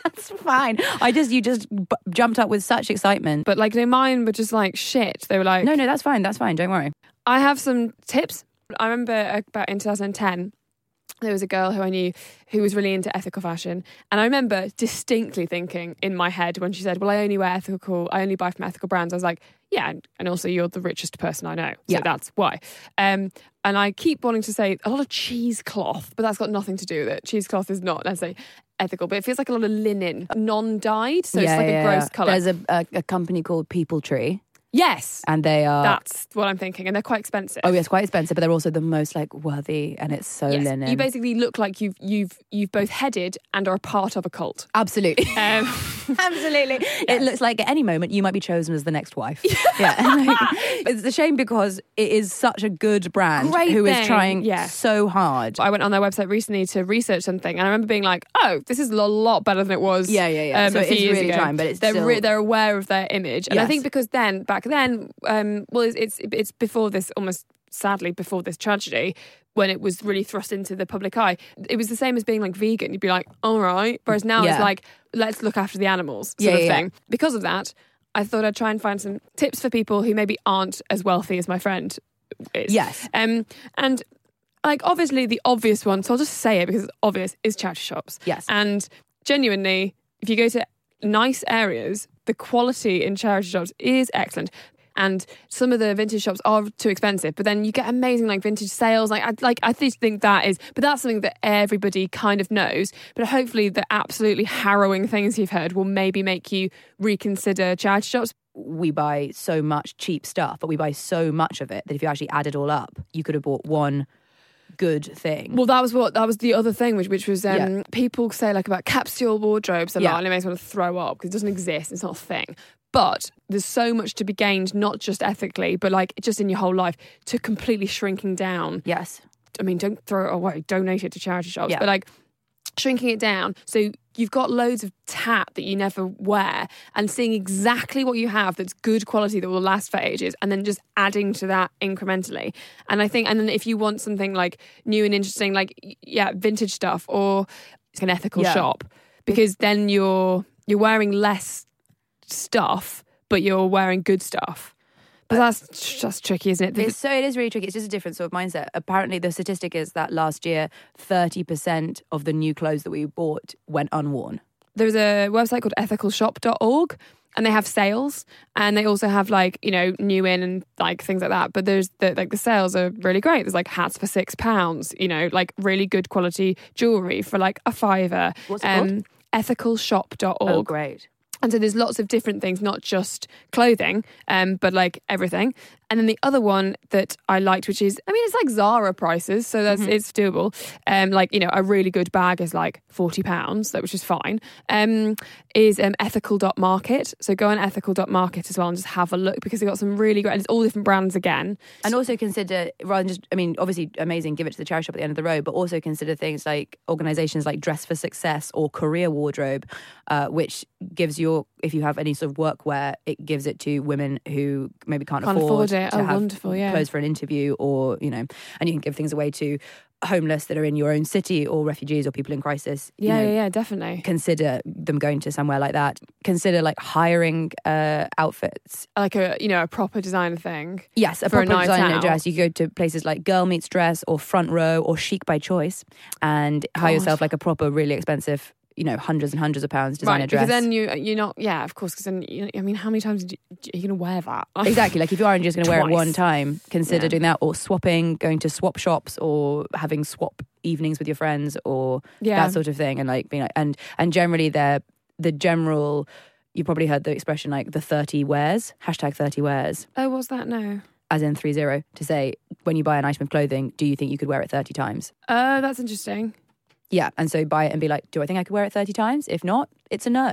S2: That's fine. I just you just b- jumped up with such excitement.
S1: But like, no, mine were just like shit. They were like,
S2: No, no, that's fine. That's fine. Don't worry.
S1: I have some tips. I remember uh, about in 2010, there was a girl who I knew who was really into ethical fashion. And I remember distinctly thinking in my head when she said, Well, I only wear ethical, I only buy from ethical brands. I was like, Yeah. and- And also, you're the richest person I know. So
S2: Yeah.
S1: that's why. Um, and I keep wanting to say a lot of cheesecloth, but that's got nothing to do with it. Cheesecloth is not, let's say, ethical, but it feels like a lot of linen, non dyed. So it's like a gross colour.
S2: There's a, a, a company called People Tree,
S1: yes.
S2: and they are.
S1: That's what I'm thinking. And they're quite expensive.
S2: Uh, Oh, yeah, it's quite expensive, but they're also the most like worthy, and it's so
S1: Yes,
S2: linen.
S1: You basically look like you've you've you've both headed and are a part of a cult.
S2: Absolutely.
S1: Um,
S2: Absolutely. It looks like at any moment you might be chosen as the next wife. yeah. Like, it's a shame because it is such a good brand
S1: Great
S2: who is
S1: thing.
S2: trying
S1: Yes.
S2: so hard.
S1: I went on their website recently to research something, and I remember being like, "Oh, this is a lot better than it was."
S2: Yeah, yeah, yeah.
S1: Um,
S2: So
S1: a
S2: it
S1: few
S2: is
S1: years
S2: really
S1: ago.
S2: trying, but it's
S1: they're
S2: still-
S1: they're aware of their image, and I
S2: Yes.
S1: think because then back then, um, well, it's, it's it's before this almost sadly before this tragedy when it was really thrust into the public eye. It was the same as being like vegan. You'd be like, "All right," whereas now
S2: Yeah.
S1: it's like. let's look after the animals sort
S2: Yeah,
S1: of
S2: yeah,
S1: thing. Because of that, I thought I'd try and find some tips for people who maybe aren't as wealthy as my friend is.
S2: Yes.
S1: Um, and like obviously the obvious one, so I'll just say it because it's obvious, is charity shops.
S2: Yes.
S1: And genuinely, if you go to nice areas, the quality in charity shops is excellent. And some of the vintage shops are too expensive, but then you get amazing like vintage sales. Like I like I just think that is, but that's something that everybody kind of knows. But hopefully, the absolutely harrowing things you've heard will maybe make you reconsider charity shops.
S2: we buy so much cheap stuff, but we buy so much of it that if you actually add it all up, you could have bought one good thing.
S1: Well, that was what that was the other thing, which which was um,
S2: Yeah.
S1: people say like about capsule wardrobes a
S2: Yeah.
S1: lot, and it makes me want to throw up because it doesn't exist. It's not a thing. But there's so much to be gained, not just ethically, but like just in your whole life, to completely shrinking down.
S2: yes.
S1: I mean, don't throw it away, donate it to charity shops,
S2: Yeah.
S1: but like shrinking it down. So you've got loads of tat that you never wear and seeing exactly what you have that's good quality that will last for ages and then just adding to that incrementally. And I think, and then if you want something like new and interesting, like, y- yeah, vintage stuff or like an ethical
S2: Yeah.
S1: shop, because then you're, you're wearing less stuff, but you're wearing good stuff. But that's that's tricky, isn't it?
S2: It's so it is really tricky. It's just a different sort of mindset. Apparently, the statistic is that last year, thirty percent of the new clothes that we bought went unworn.
S1: there's a website called ethicalshop.org and they have sales and they also have like you know new in and like things like that but there's the like the sales are really great there's like hats for six pounds you know like really good quality jewelry for like a fiver Um,
S2: What's it called?
S1: ethicalshop.org
S2: Oh, great!
S1: and so there's lots of different things, not just clothing, um, but like everything. And then the other one that I liked, which is, I mean, it's like Zara prices, so that's it's doable. Um, like you know, a really good bag is like forty pounds, which is fine. Um, is um, ethical.market. So go on ethical.market as well and just have a look because they've got some really great. And it's all different brands again.
S2: And also consider rather than just, I mean, obviously amazing, give it to the charity shop at the end of the road, but also consider things like organizations like Dress for Success or Career Wardrobe, uh, which gives your, if you have any sort of workwear, it gives it to women who maybe can't,
S1: Can't afford it.
S2: to
S1: Oh,
S2: have
S1: wonderful, yeah.
S2: clothes for an interview or, you know, and you can give things away to homeless that are in your own city or refugees or people in crisis. you
S1: Yeah,
S2: know,
S1: yeah, yeah, definitely.
S2: Consider them going to somewhere like that. Consider like hiring uh, outfits
S1: Like a you know a proper designer thing.
S2: Yes, a
S1: for a
S2: proper
S1: night
S2: designer
S1: out.
S2: dress. You go to places like Girl Meets Dress or Front Row or Chic by Choice and hire
S1: God.
S2: yourself like a proper, really expensive, you know, hundreds and hundreds of pounds designer
S1: right,
S2: dress.
S1: because then you you're not yeah of course because then you, I mean how many times do you, are you gonna wear that
S2: exactly. Like if you aren't just going to wear it
S1: Twice.
S2: one time, consider
S1: Yeah.
S2: doing that or swapping, going to swap shops or having swap evenings with your friends or
S1: Yeah.
S2: that sort of thing. And like being like, and, and generally they're the general, you probably heard the expression like the 30 wears, hashtag 30 wears.
S1: Oh, what's that now?
S2: As in three zero to say when you buy an item of clothing, do you think you could wear it thirty times?
S1: Oh, that's interesting.
S2: Yeah. And so buy it and be like, do I think I could wear it 30 times? If not, it's a no. I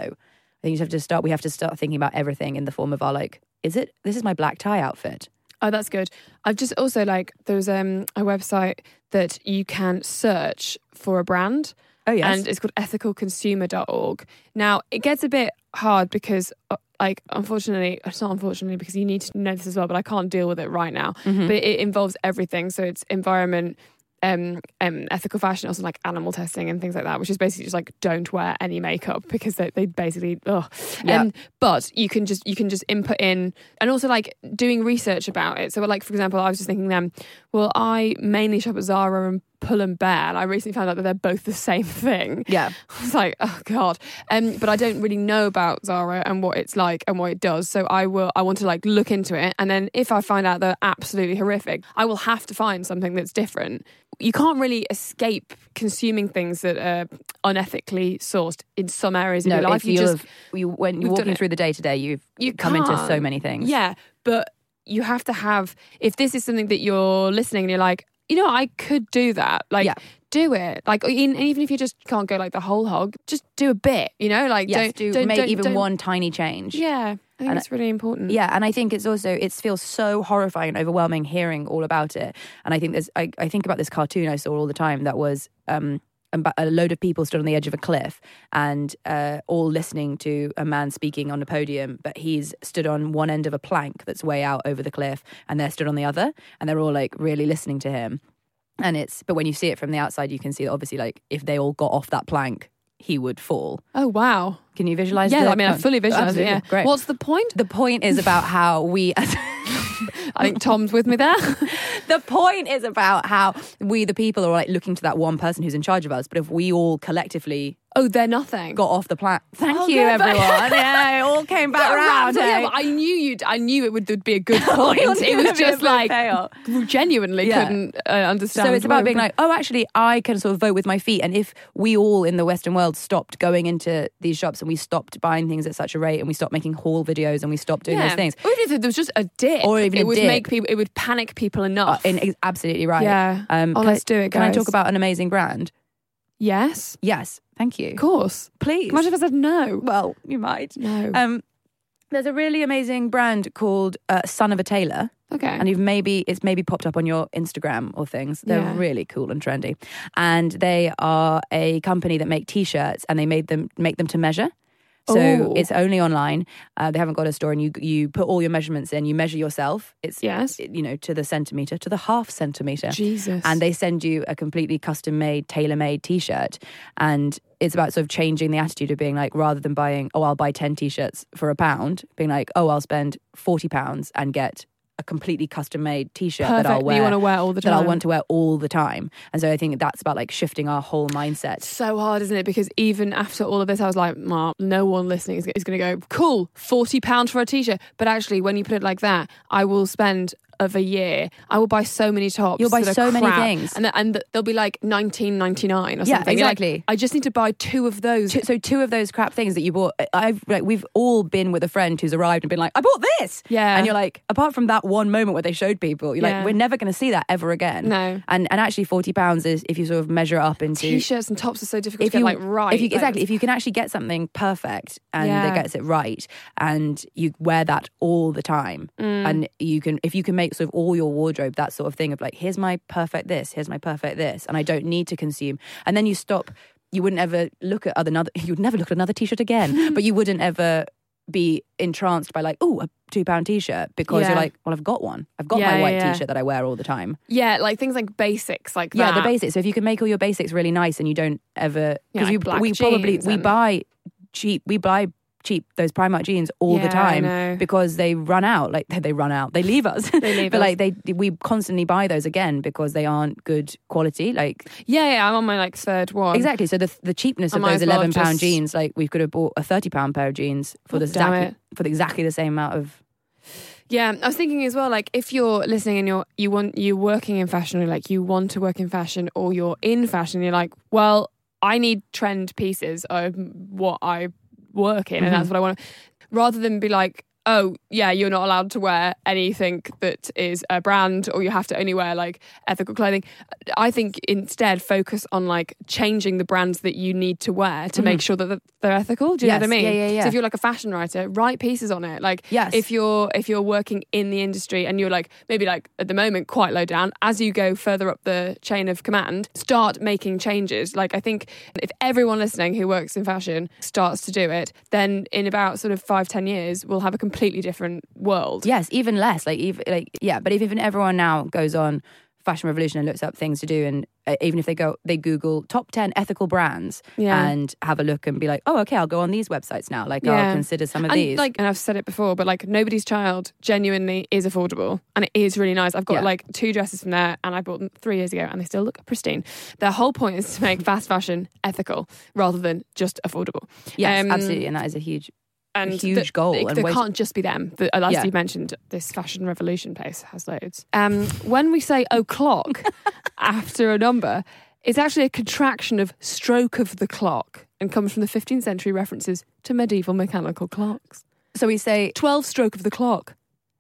S2: think you just have to start, we have to start thinking about everything in the form of our like, is it, this is my black tie outfit.
S1: Oh, that's good. I've just also like there's um a website that you can search for a brand.
S2: Oh, yes.
S1: And it's called ethicalconsumer.org. Now, it gets a bit hard because uh, like unfortunately, it's not unfortunately because you need to know this as well, but I can't deal with it right now.
S2: Mm-hmm.
S1: But it involves everything. So it's environment um, um, ethical fashion, also like animal testing and things like that, which is basically just like don't wear any makeup because they, they basically ugh.
S2: Yeah.
S1: Um, but you can just you can just input in and also like doing research about it. So like for example, I was just thinking then, well, I mainly shop at Zara and Pull and Bear, and I recently found out that they're both the same thing.
S2: Yeah.
S1: I was like, oh god. Um, but I don't really know about Zara and what it's like and what it does. So I will. I want to like look into it, and then if I find out they're absolutely horrific, I will have to find something that's different. You can't really escape consuming things that are unethically sourced in some areas of
S2: No,
S1: your life.
S2: if you,
S1: You just
S2: have, you, when
S1: we've
S2: you're
S1: done
S2: walking
S1: it.
S2: through the day to day, you've
S1: You
S2: come into so
S1: can't.
S2: many things.
S1: yeah, but you have to have. If this is something that you're listening and you're like, you know, I could do that. Like,
S2: Yeah.
S1: do it. Like, or in- even if you just can't go like the whole hog, just do a bit. You know, like
S2: Yes.
S1: don't
S2: do
S1: don't-
S2: make
S1: don't-
S2: even
S1: don't-
S2: one tiny change.
S1: Yeah, I think
S2: And-
S1: it's really important.
S2: Yeah, and I think it's also it feels so horrifying and overwhelming hearing all about it. And I think there's I, I think about this cartoon I saw all the time that was um about a load of people stood on the edge of a cliff and uh, all listening to a man speaking on a podium, but he's stood on one end of a plank that's way out over the cliff, and they're stood on the other, and they're all like really listening to him. And it's but when you see it from the outside, you can see that obviously like if they all got off that plank. he would fall.
S1: Oh wow.
S2: Can you visualize
S1: Yeah,
S2: that?
S1: I mean, I fully visualize it.
S2: Absolutely.
S1: Yeah.
S2: Great.
S1: What's the point?
S2: the point is about how we as
S1: I think Tom's with me there.
S2: the point is about how we the people are like looking to that one person who's in charge of us but if we all collectively
S1: oh, they're nothing.
S2: got off the plan thank
S1: Oh,
S2: you
S1: yeah, but-
S2: everyone yeah it all came back
S1: That round,
S2: round
S1: yeah,
S2: eh?
S1: but I knew you'd. I knew it would, would be a good point.
S2: It was
S1: it was
S2: gonna be a
S1: just
S2: bit
S1: like
S2: fail.
S1: genuinely
S2: Yeah.
S1: couldn't uh, understand.
S2: So it's
S1: why
S2: about being
S1: we-
S2: like, oh, actually, I can sort of vote with my feet. And if we all in the Western world stopped going into these shops and we stopped buying things at such a rate and we stopped making haul videos and we stopped doing those things,
S1: Or even if there was just a dip,
S2: Or even
S1: it
S2: a
S1: would
S2: dip.
S1: make people. It would panic people enough.
S2: and it's uh, absolutely right. Uh, Um,
S1: Yeah. Oh,
S2: can
S1: let's
S2: I-
S1: do it,
S2: Can I
S1: guys.
S2: talk about an amazing brand?
S1: yes,
S2: Yes, thank you.
S1: of course.
S2: Please.
S1: Imagine if I said no.
S2: well, you might.
S1: No.
S2: Um, there's a really amazing brand called uh, Son of a Tailor.
S1: okay.
S2: and you've maybe it's maybe popped up on your Instagram or things. They're
S1: Yeah.
S2: really cool and trendy, and they are a company that make T-shirts, and they made them make them to measure. So
S1: Ooh.
S2: it's only online. Uh, they haven't got a store, and you you put all your measurements in. You measure yourself. It's
S1: yes.
S2: you know to the centimeter, to the half centimeter,
S1: Jesus.
S2: and they send you a completely custom made, tailor made T-shirt, and. It's about sort of changing the attitude of being like, rather than buying, oh, I'll buy 10 t shirts for a pound, being like, oh, I'll spend 40 pounds and get a completely custom made t shirt that
S1: perfect.
S2: I'll
S1: that
S2: wear.
S1: you want to wear all the
S2: that
S1: time.
S2: I want to wear all the time. And so I think that's about like shifting our whole mindset.
S1: so hard, isn't it? Because even after all of this, I was like, Mark, no one listening is, is going to go, cool, £40 for a t shirt. But actually, when you put it like that, I will spend of a year, I will buy so many tops.
S2: You'll buy
S1: that are
S2: so many
S1: crap,
S2: things.
S1: And, th- and th- they'll be like nineteen ninety nine or
S2: Yeah,
S1: something. You're like,
S2: exactly.
S1: I just need to buy two of those.
S2: Two- So two of those crap things that you bought, I- I've like we've all been with a friend who's arrived and been like, I bought this,
S1: Yeah.
S2: and you're like, apart from that one moment where they showed people, you're
S1: Yeah.
S2: like, we're never going to see that ever again.
S1: No.
S2: and and actually, forty pounds is if you sort of measure it up into
S1: T shirts and tops are so difficult
S2: if
S1: to get
S2: you
S1: like right.
S2: if you,
S1: like,
S2: exactly if you can actually get something perfect and
S1: Yeah.
S2: that gets it right and you wear that all the time
S1: Mm.
S2: and you can if you can make sort of all your wardrobe that sort of thing of like here's my perfect this here's my perfect this and I don't need to consume and then you stop you wouldn't ever look at other another you would never look at another t-shirt again but you wouldn't ever be entranced by like oh a two pound t-shirt because
S1: Yeah.
S2: you're like well I've got one I've got
S1: Yeah,
S2: my
S1: yeah,
S2: white
S1: yeah.
S2: t-shirt that I wear all the time
S1: Yeah, like things like basics like
S2: yeah,
S1: that.
S2: the basics. So if you can make all your basics really nice and you don't ever
S1: Yeah,
S2: because
S1: like black
S2: we, we probably
S1: jeans
S2: we
S1: and-
S2: buy cheap we buy cheap those Primark jeans all
S1: Yeah,
S2: the
S1: I know.
S2: time because they run out. Like they run out, they leave us.
S1: They leave
S2: but
S1: us.
S2: like they we constantly buy those again because they aren't good quality. Like
S1: Yeah, yeah, I'm on my like third one.
S2: exactly. So the the cheapness
S1: I
S2: of
S1: might
S2: those
S1: as well have
S2: eleven pound
S1: just-
S2: jeans, like we could have bought a thirty pound pair of jeans for
S1: God
S2: the
S1: damn
S2: exactly for the exactly the same amount of
S1: Yeah, I was thinking as well. Like, if you're listening and you're you want you're working in fashion, or like you want to work in fashion, or you're in fashion, you're like, well, I need trend pieces of what I work in, and
S2: Mm-hmm.
S1: that's what I want. Rather than be like, oh yeah, you're not allowed to wear anything that is a brand, or you have to only wear like ethical clothing. I think instead focus on like changing the brands that you need to wear to make sure that they're ethical. Do you know what I
S2: Mm-hmm. Yes,
S1: mean?
S2: yeah, yeah, yeah.
S1: So if you're like a fashion writer, write pieces on it. Like,
S2: Yes.
S1: if you're if you're working in the industry and you're like maybe like at the moment quite low down as you go further up the chain of command start making changes like i think if everyone listening who works in fashion starts to do it then in about sort of five ten years we'll have a completely different world
S2: Yes, even less. Like even like yeah, but if even everyone now goes on Fashion Revolution and looks up things to do, and uh, even if they go they Google top ten ethical brands
S1: Yeah.
S2: and have a look and be like, oh okay, I'll go on these websites now. Like
S1: Yeah.
S2: I'll consider some of
S1: and
S2: these.
S1: like and i've said it before but like nobody's child genuinely is affordable and it is really nice i've got
S2: Yeah.
S1: like two dresses from there and i bought them three years ago and they still look pristine their whole point is to make fast fashion ethical rather than just affordable
S2: yes,
S1: um,
S2: absolutely, and that is a huge.
S1: and
S2: huge
S1: that-
S2: goal
S1: It,
S2: and
S1: there
S2: ways-
S1: can't just be them. The, as
S2: Yeah.
S1: you mentioned, this fashion revolution place has loads. Um, when we say o'clock after a number, it's actually a contraction of stroke of the clock and comes from the 15th century references to medieval mechanical clocks.
S2: So we say.
S1: 12 stroke of the clock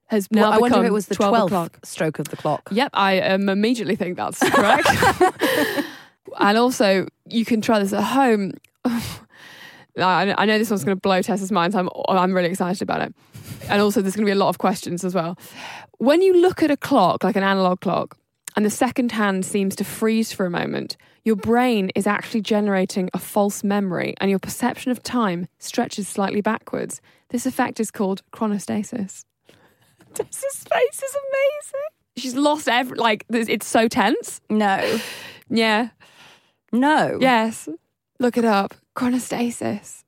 S1: has now
S2: Well, I wonder if
S1: become
S2: it was the
S1: 12
S2: twelfth
S1: o'clock.
S2: stroke of the clock.
S1: Yep, I um, immediately think that's correct. and also, you can try this at home. I I know this one's going to blow Tessa's mind, so I'm, I'm really excited about it. And also, there's going to be a lot of questions as well. When you look at a clock, like an analog clock, and the second hand seems to freeze for a moment, your brain is actually generating a false memory and your perception of time stretches slightly backwards. This effect is called chronostasis.
S2: Tessa's face is amazing.
S1: She's lost every, like, there's- it's so tense.
S2: No,
S1: Yeah.
S2: no.
S1: Yes. Look it up. chronostasis.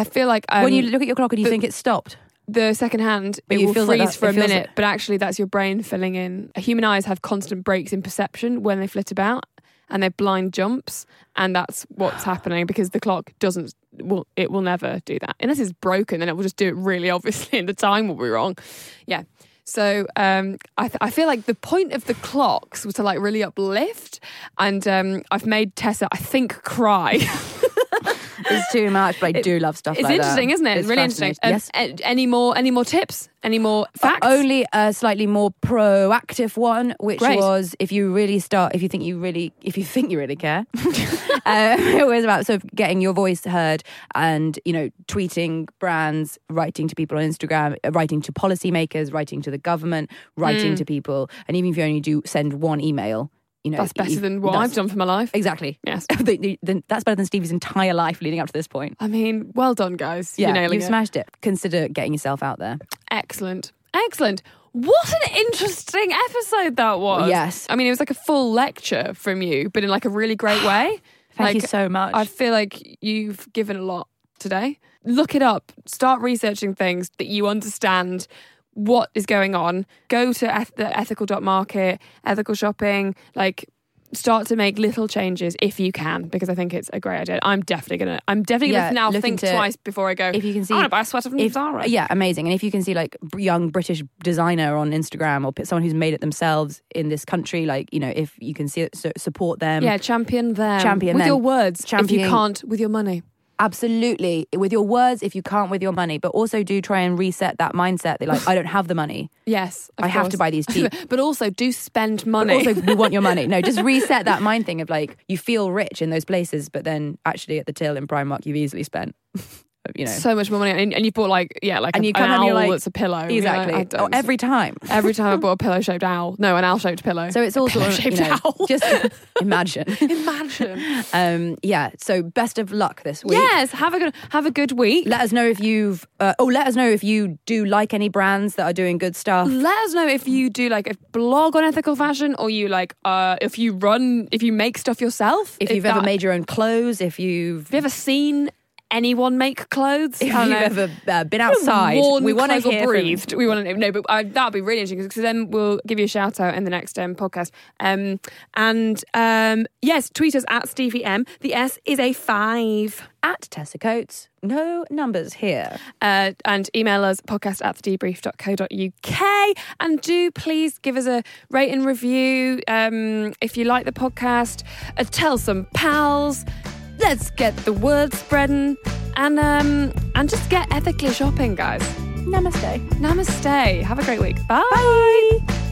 S1: I feel like um,
S2: when you look at your clock and you
S1: but-
S2: think it's stopped,
S1: the second hand,
S2: But
S1: it
S2: you
S1: will
S2: feel
S1: freeze
S2: like that-
S1: for
S2: it
S1: a
S2: feels
S1: minute, but actually that's your brain filling in. Human eyes have constant breaks in perception when they flit about and they're blind jumps and that's what's happening because the clock doesn't will it will never do that. Unless it's broken, then it will just do it really obviously and the time will be wrong. Yeah. So um, I, th- I feel like the point of the clocks was to like really uplift, and um, I've made Tessa I think cry.
S2: it's too much. But I do love stuff.
S1: it's
S2: like that.
S1: interesting, is isn't it? It's really interesting.
S2: fascinating.
S1: Um,
S2: yes.
S1: a- any more? Any more tips? Any more facts?
S2: Only a slightly more proactive one, which
S1: Great.
S2: was if you really start, if you think you really, if you think you really care, um, it was about sort of getting your voice heard and you know tweeting brands, writing to people on Instagram, uh, writing to policymakers, writing to the government,
S1: Mm.
S2: writing to people, and even if you only do send one email, you know
S1: That's better
S2: you-
S1: than what
S2: that's-
S1: I've done for my life.
S2: Exactly.
S1: Yes.
S2: The- the- the- that's better than Stevie's entire life leading up to this point.
S1: I mean, well done, guys.
S2: Yeah,
S1: You're nailing
S2: you've
S1: it.
S2: smashed it. Consider getting yourself out there.
S1: Excellent. Excellent. What an interesting episode that was.
S2: Yes.
S1: I mean, it was like a full lecture from you, but in like a really great way.
S2: Thank
S1: like,
S2: you so much.
S1: I feel like you've given a lot today. Look it up. Start researching things that you understand what is going on. Go to eth- the ethical.market, ethical shopping, like start to make little changes if you can because I think it's a great idea. I'm definitely going to I'm definitely going
S2: Yeah,
S1: to now
S2: look
S1: think
S2: into-
S1: twice before I go. "Oh,
S2: if you can see
S1: I want to buy a sweater from
S2: if-
S1: Zara.
S2: Yeah, amazing. And if you can see like b- young British designer on Instagram or p- someone who's made it themselves in this country, like you know, if you can see it, so support them.
S1: Yeah, champion them.
S2: Champion
S1: with
S2: them.
S1: your words. If
S2: Champion-
S1: you can't, with your money.
S2: absolutely. With your words, if you can't with your money, but also do try and reset that mindset. That like I don't have the money.
S1: Yes, of
S2: I have to
S1: course.
S2: buy these cheap.
S1: but also, do spend
S2: But
S1: money.
S2: also, we want your money. No, just reset that mind thing of like you feel rich in those places, but then actually at the till in Primark, you've easily spent, you know,
S1: so much more money, and, and you bought like yeah, like
S2: And
S1: a-
S2: you come
S1: an
S2: home
S1: owl
S2: and you're like-
S1: that's a pillow. You're like, I
S2: exactly
S1: don't-
S2: oh, every time.
S1: every time I bought a pillow shaped owl, no, an owl shaped pillow.
S2: So it's all sort of you
S1: Pillow-shaped
S2: know,
S1: owl.
S2: just imagine.
S1: imagine.
S2: Um, yeah. So best of luck this week.
S1: yes, have a good have a good week.
S2: Let us know if you've. Uh, oh, let us know if you do like any brands that are doing good stuff.
S1: let us know if you do like a blog on ethical fashion, or you like uh, if you run, if you make stuff yourself.
S2: If you've ever
S1: that-
S2: made your own clothes, if you've
S1: have you ever seen anyone make clothes?
S2: if
S1: I don't
S2: you've
S1: know.
S2: ever uh, been outside,
S1: Worn
S2: we want to
S1: clothes or
S2: hear from-
S1: breathed. We want to know. No, but uh, that'll be really interesting because then we'll give you a shout out in the next um, podcast. Um, and um, yes, tweet us at Stevie M. The S is a five.
S2: at Tessa Coates. No numbers here.
S1: Uh, and email us podcast at thedebrief.co.uk. And do please give us a rate and review um, if you like the podcast. Uh, tell some pals. Let's get the word spreading. And um, and just get ethically shopping, guys.
S2: Namaste.
S1: Namaste. Have a great week. Bye.